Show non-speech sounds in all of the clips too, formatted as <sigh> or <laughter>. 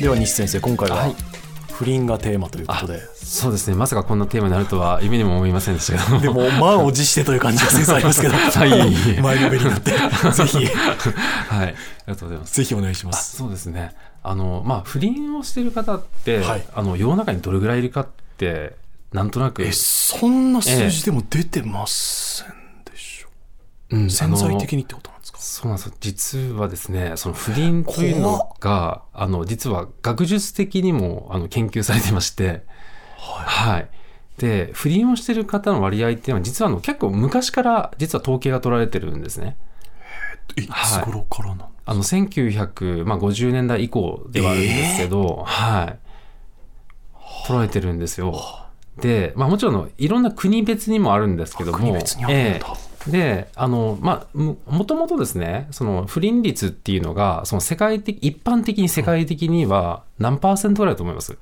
では西先生今回ははい不倫がテーマということで、そうですねまさかこんなテーマになるとは夢にも思いませんでしたけどでも満を持してという感じが先生あります <laughs> けどはい前のめりになってぜ <laughs> ひはいありがとうございますぜひお願いしまあすそうですねあの、まあ、不倫をしてる方って、はいあの世の中にどれぐらいいるかってなんとなく、えそんな数字でも出てませんでしょ、うん潜在的あのにってことなんですかそうなんですよ実はですねその不倫というのがあの実は学術的にもあの研究されてましてははいで不倫をしてる方の割合っていうのは実はあの結構昔から実は統計が取られてるんですねいいつ頃からなんあの1950年代以降ではあるんですけど、はい、捉えてるんですよ。で、まあ、もちろんあのいろんな国別にもあるんですけども国別にあるんえだ、えであの、まあ、ももともとですねその不倫率っていうのがその世界的一般的に世界的には何パーセントぐらいだと思います、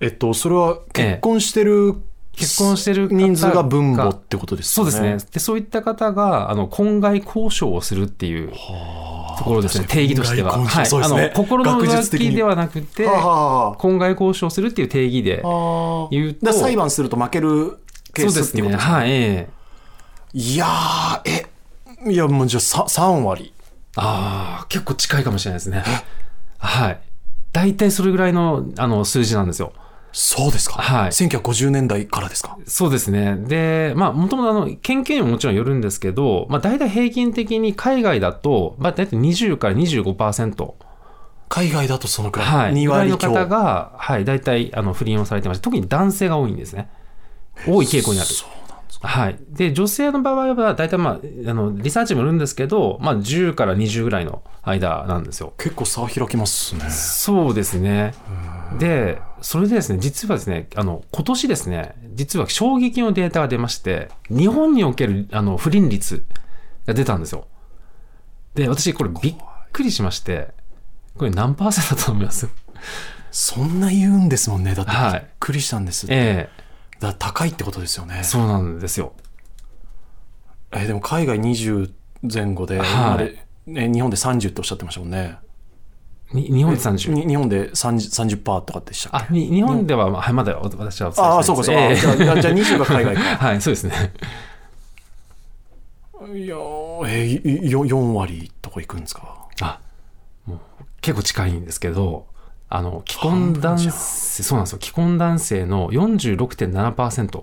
えっとそれは結婚してる、結婚してる方人数が分母ってことですそようねですねでそういった方があの婚外交渉をするっていうところですね定義としては、婚外交渉そうですねあの心の学術浮的に気ではなくてはあはあはあ婚外交渉するっていう定義であ言うだとから裁判すると負けるケーそうスでってすいうことねですねはいええいやーえいやもうじゃあさ3割ああ結構近いかもしれないですねはい大体それぐらいのあの数字なんですよそうですか、はい1950年代からですかそうですねでまあもともとあの研究にももちろんよるんですけど、まあ、大体平均的に海外だと、まあ、大体20から25%海外だとそのくらい、は2い、ぐらい割の強方が、はい、大体あの不倫をされてまして特に男性が多いんですね多い傾向にあるそうなんですかはい、で女性の場合は大体、まあ、あのリサーチもよるんですけど、まあ、10から20ぐらいの間なんですよ。結構差開きますねそうですねでそれでですね実はですねあの今年ですね実は衝撃のデータが出まして日本におけるあの不倫率が出たんですよ。で私これびっくりしましてこれ何パーセントだと思います <laughs> そんな言うんですもんねだってはびいっくりしたんです、ええだから高いってことですよねそうなんですよ。えでも海外20前後で、はい今までえ日本で30っておっしゃってましたもんねに日本で30。に日本で 30%, 30%とかでしたっあけに日本では、まあはい、まだ私はお伝えしてないあであすそうかそうか、ええあじゃあじゃあじゃあ20が海外か <laughs> はい、そうですね。いやーえー、いいよ4割とかいくんですかあ、もう結構近いんですけど、あの、既婚半分男じゃ性、んそうなんですよ。既婚男性の46.7%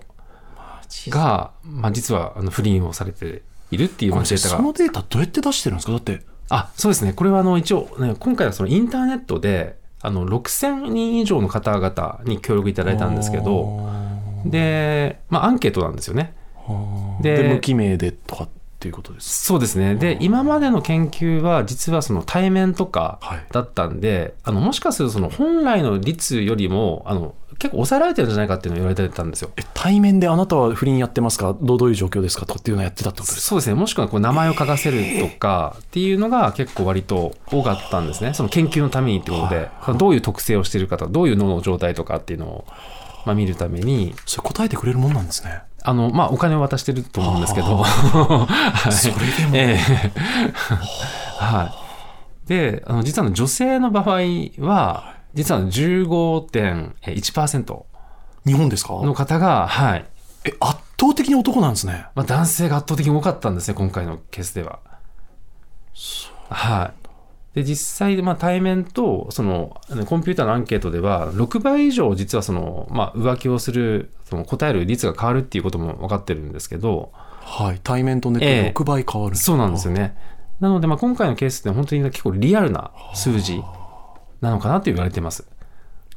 が、まあ実はあの不倫をされているっていうまあデータそが。のデータどうやって出してるんですかだってあ、そうですね。これはあの一応、ね、今回はそのインターネットで、あの、6000人以上の方々に協力いただいたんですけど、で、まあアンケートなんですよね。でで無記名でとかっていうことですそうですね。で、今までの研究は、実はその対面とはいかだったんで、あの、もしかするとその本来の率よりも、あの、結構抑えられてるんじゃないかっていうのを言われてたんですよ。え対面であなたは不倫やってますかどうどういう状況ですかとかっていうのをやってたってことですそうですね。もしくはこう名前を書かせるとかっていうのが結構割と多かったんですね。その研究のためにってことで、どういう特性をしてるかとか、どういう脳の状態とかっていうのを、まあ、見るために、それ答えてくれるもんなんですねあの、まあ、お金を渡してると思うんですけど、 <laughs> はいそれでもええ <laughs> はい。で、あの、実はあの女性の場合は、実はあの15.1%日本ですかの方が、はい。え圧倒的に男なんですねまあ、男性が圧倒的に多かったんですね、今回のケースでは。はい。で、実際、まあ、対面と、その、あのコンピューターのアンケートでは、6倍以上、実はその、まあ、浮気をする、その、答える率が変わるっていうことも分かってるんですけど、はい対面とネットええで6倍変わる、そうなんですよね。なので、まあ、今回のケースって本当に結構リアルな数字なのかなと言われてます。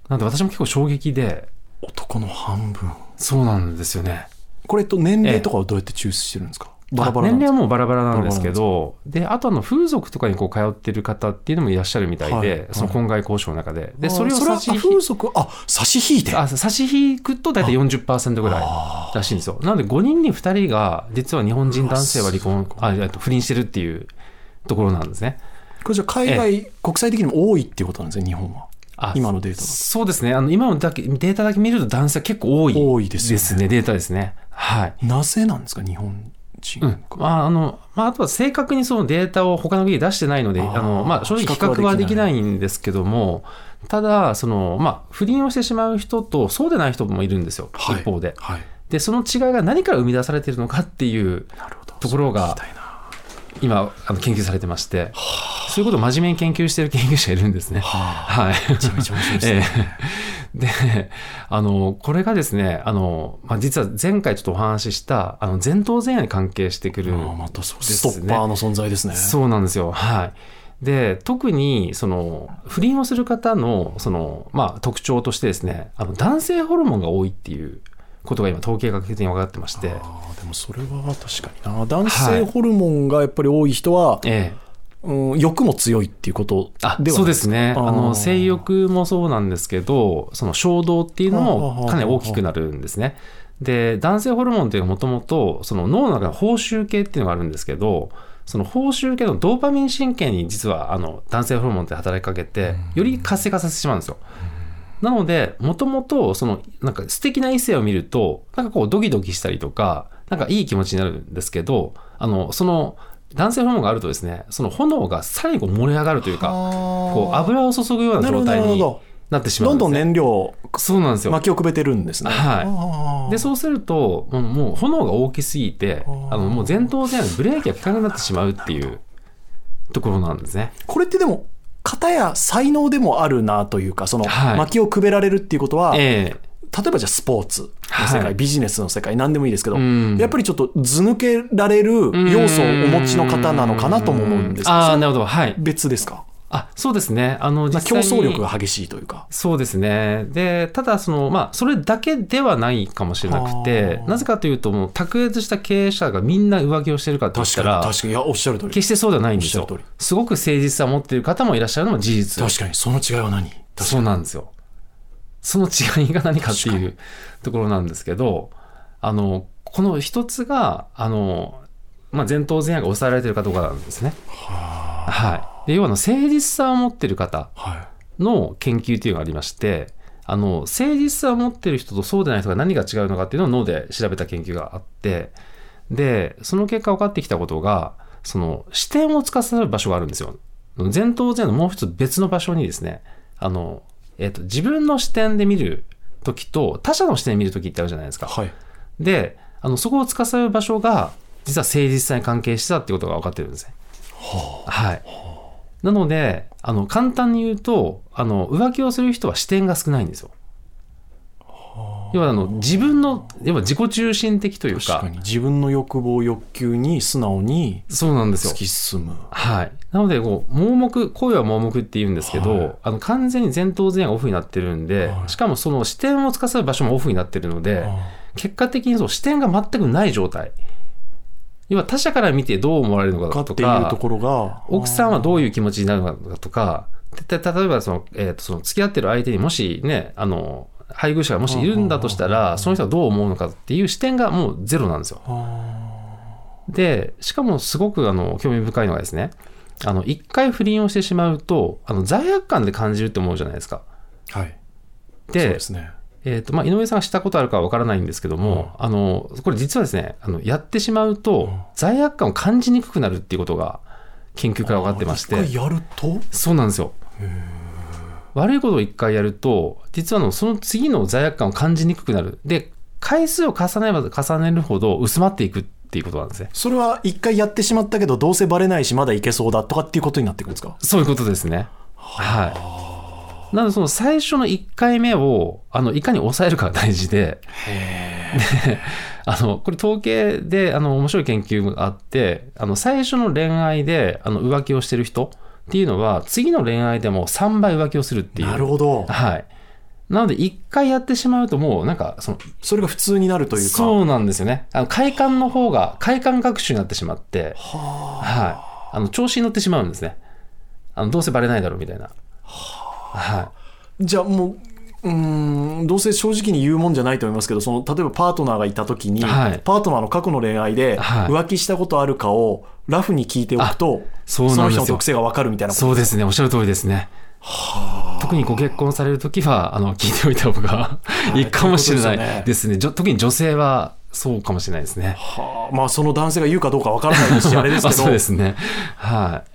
なので私も結構衝撃で、男の半分そうなんですよね。これと年齢とかはどうやって抽出してるんですか、バラバラあなんで年す齢はかもうバラバラなんですけど、で、あとあの風俗とかにこう通ってる方っていうのもいらっしゃるみたいで、はいその婚外交渉の中で。で、あーそれをは差しあ引風俗あ差し引いてあ差し引くと大体40%ぐらいらしいんですよ。なので5人に2人が実は日本人男性は離婚、あえっと不倫してるっていうところなんですね。これじゃあ海外、国際的にも多いっていうことなんですね日本はあ今のデータだとそうですね。あの、今のだけ、データだけ見ると男性は結構多い。多いですよねデータですね。はい。なぜなんですか日本人うん口、まああのまあ、あとは正確にそのデータを他の国で出してないので、あーあのまあ、正直、比比較は較はででききなないんですけども、ただその、まあ、不倫をしてしまう人と、そうでない人もいるんですよ、はい一方ではいで。その違いが何から生み出されているのかっていうなるほどところがそれ聞きたいな今、あの研究されてまして、そういうことを真面目に研究している研究者がいるんですね。はあはい、めちゃめちゃ面白いですえ <laughs> ね、えで、あの、これがですね、あの、まあ、実は前回ちょっとお話しした、あの、前頭前野に関係してくる。ああまたそうですねストッパーの存在ですねそうなんですよ。はい。で、特に、その、不倫をする方の、その、まあ、特徴としてですね、あの、男性ホルモンが多いっていうことが今、統計学的に分かってまして、ああでもそれは確かにな男性ホルモンがやっぱり多い人は、ええ。うん、欲も強いっていうことではあないそうですねああーの性欲もそうなんですけどその衝動っていうのもかなり大きくなるんですねで男性ホルモンというのはもともとその脳の中の報酬系っていうのがあるんですけどその報酬系のドーパミン神経に実はあの男性ホルモンって働きかけてより活性化させてしまうんですよなので、もともと、その、なんか素敵な異性を見ると、なんかこうドキドキしたりとか、なんかいい気持ちになるんですけど、あの、その、男性ホルモンがあるとですね、その炎が最後燃え上がるというか、こう油を注ぐようななるほど状態なるほにどなってしまうどんんです、ね。どん燃料をそうなんですよ。巻きをくべてるんですねはいああで、そうすると、もうもう炎が大きすぎて、ああーの、もう前頭前野にブレーキが効かなくなってしまうっていうところなんですね。これってでも型や才能でもあるなというかその、はい薪をくべられるっていうことは、え例えばじゃあスポーツの世界、はいビジネスの世界何でもいいですけど、うんやっぱりちょっと図抜けられるえ要素をお持ちの方なのかなとも思うんですけどああ、それなるほど。はい。別ですかあ、そうですね。あの、な実競際に争力が激しいというかそうですね。で、ただ、その、まあ、それだけではないかもしれなくては、あなぜかというと、もう、卓越した経営者がみんな上着をしてるかって言ったら、確かにいやおっしゃる通り決してそうではないんですおよっしゃる通。すごく誠実さを持っている方もいらっしゃるのも事実。確かにその違いは何そうなんですよ。その違いが何かっていうところなんですけど、あの、この一つが、あの、まあ、前頭前野が抑えられているかどうかなんですね。はい。で、要は、あの誠実さを持っている方はの研究っていうのがありまして、あの、誠実さを持ってる人とそうでない人が何が違うのかっていうのを脳で調べた研究があって、で、その結果分かってきたことが、その視点を司る場所があるんですよ。前頭前野のもう一つ別の場所にですね、あの、えっ、と、自分の視点で見るときと他者の視点で見るときってあるじゃないですか。はいで、あの、そこを司る場所が、実は誠実さに関係してたってことが分かってるんですね。はい。なので、あの、簡単に言うと、あの、浮気をする人は視点が少ないんですよ。要は、あの、自分の、要は自己中心的という確か、かに自分の欲望欲求に素直にそうなんですよ突。き進むはい。なので、こう、盲目、声は盲目って言うんですけど、はいあの、完全に前頭前野がオフになってるんで、はいしかもその視点を司る場所もオフになってるので、あ結果的にそう視点が全くない状態要は他者から見てどう思われるのーかかっとていうとかころが奥さんはどういう気持ちになるのかとかた例えばその、えー、とその付き合ってる相手にもしねあの配偶者がもしいるんだとしたらその人はどう思うのかっていう視点がもうゼロなんですよ。でしかもすごくあの興味深いのがですねあの一回不倫をしてしまうとあの罪悪感で感じるって思うじゃないですか。はいそうでですねえーとまあ、井上さんがしたことあるかは分からないんですけども、あのこれ実はですねあのやってしまうと、罪悪感を感じにくくなるっていうことが研究から分かってまして一回やるとそうなんですよ悪いことを一回やると実はあのその次の罪悪感を感じにくくなるで回数を重ねれば重ねるほど薄まっていくっていうことなんですねそれは一回やってしまったけどどうせバレないしまだいけそうだとかっていうことになってくるんですかそういうことですねはいなのでその最初の1回目をあのいかに抑えるかが大事であの、これ統計で、あの、面白い研究があって、あの、最初の恋愛で、あの、浮気をしてる人っていうのは、次の恋愛でも3倍浮気をするっていう。なるほどはい。なので、一回やってしまうと、もう、なんか、その、それが普通になるというかそうなんですよね。あの、快感の方が、快感学習になってしまって、はあはい。あの、調子に乗ってしまうんですね。あの、どうせバレないだろうみたいな。はじゃあもううーんどうせ正直に言うもんじゃないと思いますけどその例えばパートナーがいた時に、はいパートナーの過去の恋愛ではい浮気したことあるかをラフに聞いておくと、そうなんですよの人の特性が分かるみたいい。なことそうですね。おっしゃる通りですね。特にご結婚されるときは、あの、聞いておいた方がいいかもしれということですなよいねですね。じょ特に女性はそうかもしれないですね。はあ、まあその男性が言うかどうかわからない <laughs> ですし、あれですけど、そうですね。はい。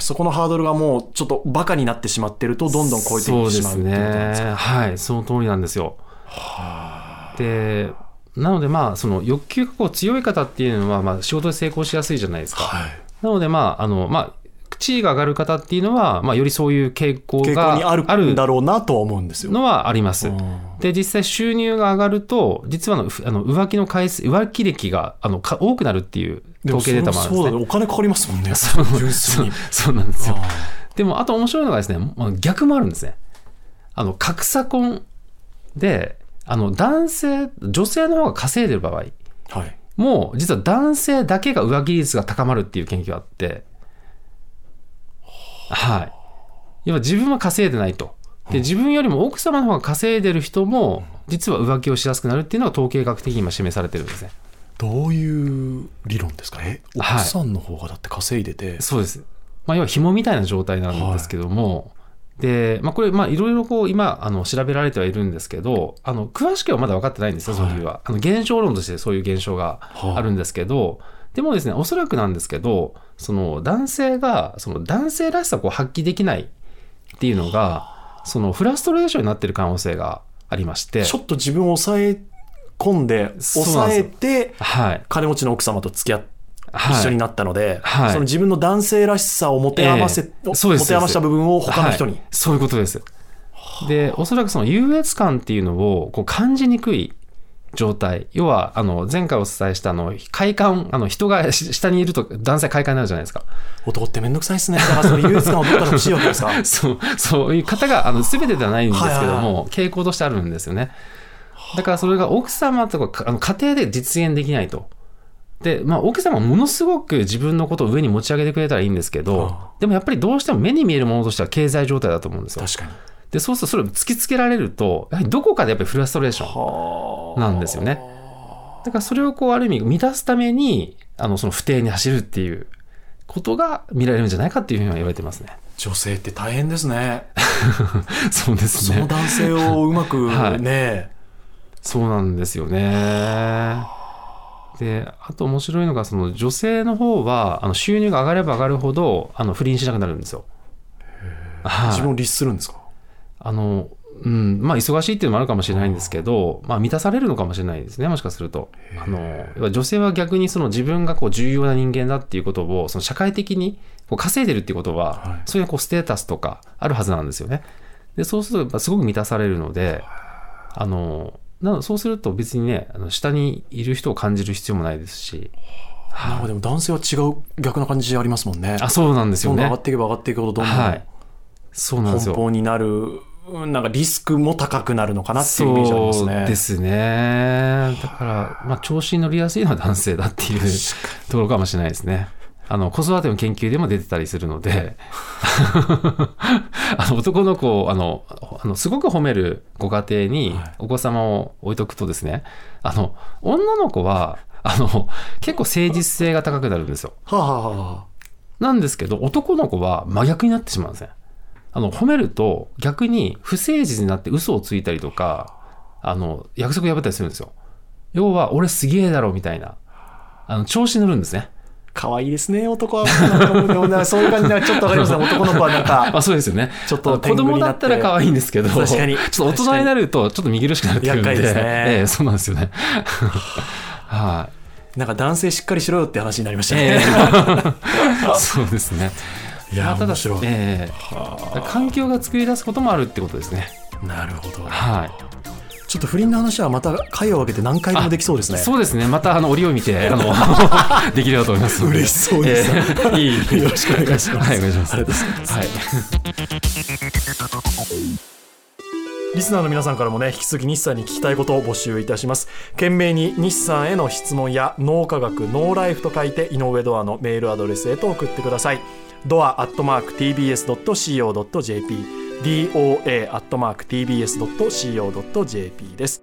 そこのハードルがもうちょっとバカになってしまってると、どんどん超えていってしまうそうっていうことなんでですすか。ね。はい、その通りなんですよ。で、なのでまあ、その欲求がこう強い方っていうのは、まあ、仕事で成功しやすいじゃないですか。はい、なのでまあ、あの、まあ、地位が上がる方っていうのは、まあ、よりそういう傾向傾向にがあるんだろうなとは思うんですよ。のはありますう。んで、実際収入が上がると、実はあのふあの浮気の回数、浮気歴があのか多くなるっていうでも統計データもあるんですそれもそうだね。ねお金かかりますもんね。 <laughs> そう純粋そうに。そうなんですよ。あでも、あと面白いのがですね、まあ逆もあるんですね。あの、格差婚で、あの、男性、女性の方が稼いでる場合あはい。も、実は男性だけが浮気率が高まるっていう研究があって、はい。要は自分は稼いでないと。で、自分よりも奥様の方が稼いでる人も、実は浮気をしやすくなるっていうのが統計学的に今示されてるんですね。どういう理論ですかね。奥はいさんの方がだって稼いでて、そうです。まあ、要は紐みたいな状態なんですけども、で、まあ、これ、まあ、いろいろこう、今、あの、調べられてはいるんですけど、あの、詳しくはまだ分かってないんですよ、その理由は。あの、現象論としてそういう現象がはいあるんですけど、でもですね、おそらくなんですけど、その、男性が、その、男性らしさをこう発揮できないっていうのが、その、フラストレーションになってる可能性がありまして、ちょっと自分を抑え込んで、そうなん抑ですえよて、はい。金持ちの奥様と付き合って、はい一緒になったので、はいその自分の男性らしさを持て余せ、ええそうです持て余した部分を他の人に。はいそういうことですでおそらくその優越感っていうのをこう感じにくい状態要はあの前回お伝えしたあの快感あの人がし下にいると男性快感になるじゃないですか男ってめんどくさいですね。だからその優越感をどっから欲しいわけですか。 <laughs> そうそういう方があの全てではないんですけども、はいはい傾向としてあるんですよねだからそれが奥様とかかあの家庭で実現できないとで、まあ、奥様はものすごく自分のことを上に持ち上げてくれたらいいんですけどあでもやっぱりどうしても目に見えるものとしては経済状態だと思うんですよ確かに。で、そうするとそれを突きつけられると、やはりどこかでやっぱりフラストレーシはョンなんですよね。だからそれをこうある意味満たすために、あの、その不定に走るっていうことが見られるんじゃないかっていうふうには言われてます <laughs> ね。女性って大変ですね。そうですそのね。男性をうまくはいね、そうなんですよね。で、あと面白いのが、その女性の方は、あの収入が上がれば上がるほど、あの、不倫しなくなるんですよ。はい自分を律するんですか。あの、うん、まあ、忙しいっていうのもあるかもしれないんですけど、まあ、満たされるのかもしれないですね、もしかすると。あの、要は女性は逆にその自分がこう重要な人間だっていうことを、その社会的にこう稼いでるっていうことは、はいそういうこうステータスとかあるはずなんですよね。で、そうするとやっぱすごく満たされるので、あの、なのそうすると別にね、あの下にいる人を感じる必要もないですし、なんかでも男性は違う逆な感じありますもんね。あ、そうなんですどよんどんね上が。っていけば上がっていくほどどんどんはい。そうなんです奔よ。放になる、うんなんかリスクも高くなるのかなっていうイメージありますね。そうですね。だから、まあ、調子に乗りやすいのは男性だっていうところかもしれないですね。あの、子育ての研究でも出てたりする <laughs> ので、あの、男の子を、あの、あのすごく褒めるご家庭にはいお子様を置いとくとですね、あの、女の子は、あの、結構誠実性が高くなるんですよ。はあ、はあはなんですけど、男の子は真逆になってしまうんですね。あの、褒めると逆に不誠実になって嘘をついたりとか、あの、約束破ったりするんですよ。要は、俺すげえだろ、みたいな。あの、調子乗るんですね。あ、可愛いですね、男は。なん <laughs> かそういう感じで、ちょっとわかりますね。男の子はなんか、あ、そうですよね。ちょっとあの子供だったら可愛いんですけど、確かにちょっと大人になると、ちょっと見苦しくなってくるんで。厄介ですねええそうなんですよね。 <laughs> <laughs> はい。なんか男性しっかりしろよって話になりましたえね。え <laughs> そうですね。いやまあただ面白いええ環境が作り出すこともあるってことですね。なるほど。はい。ちょっと不倫の話はまた回を分けて何回でもできそうですね。そうですね。またあの折を見て、あの <laughs> できればと思いますので。嬉しそうですえーいい。よろしくお願いしますはい、お願いします。ありがとうございはい。リスナーの皆さんからもね、引き続き日産に聞きたいことを募集いたします。懸命に日産への質問や、脳科学、ノーライフと書いて、井上ドアのメールアドレスへと送ってください。ドアアットマーク TBS.CO.JP、DOA アットマーク TBS.CO.JP です。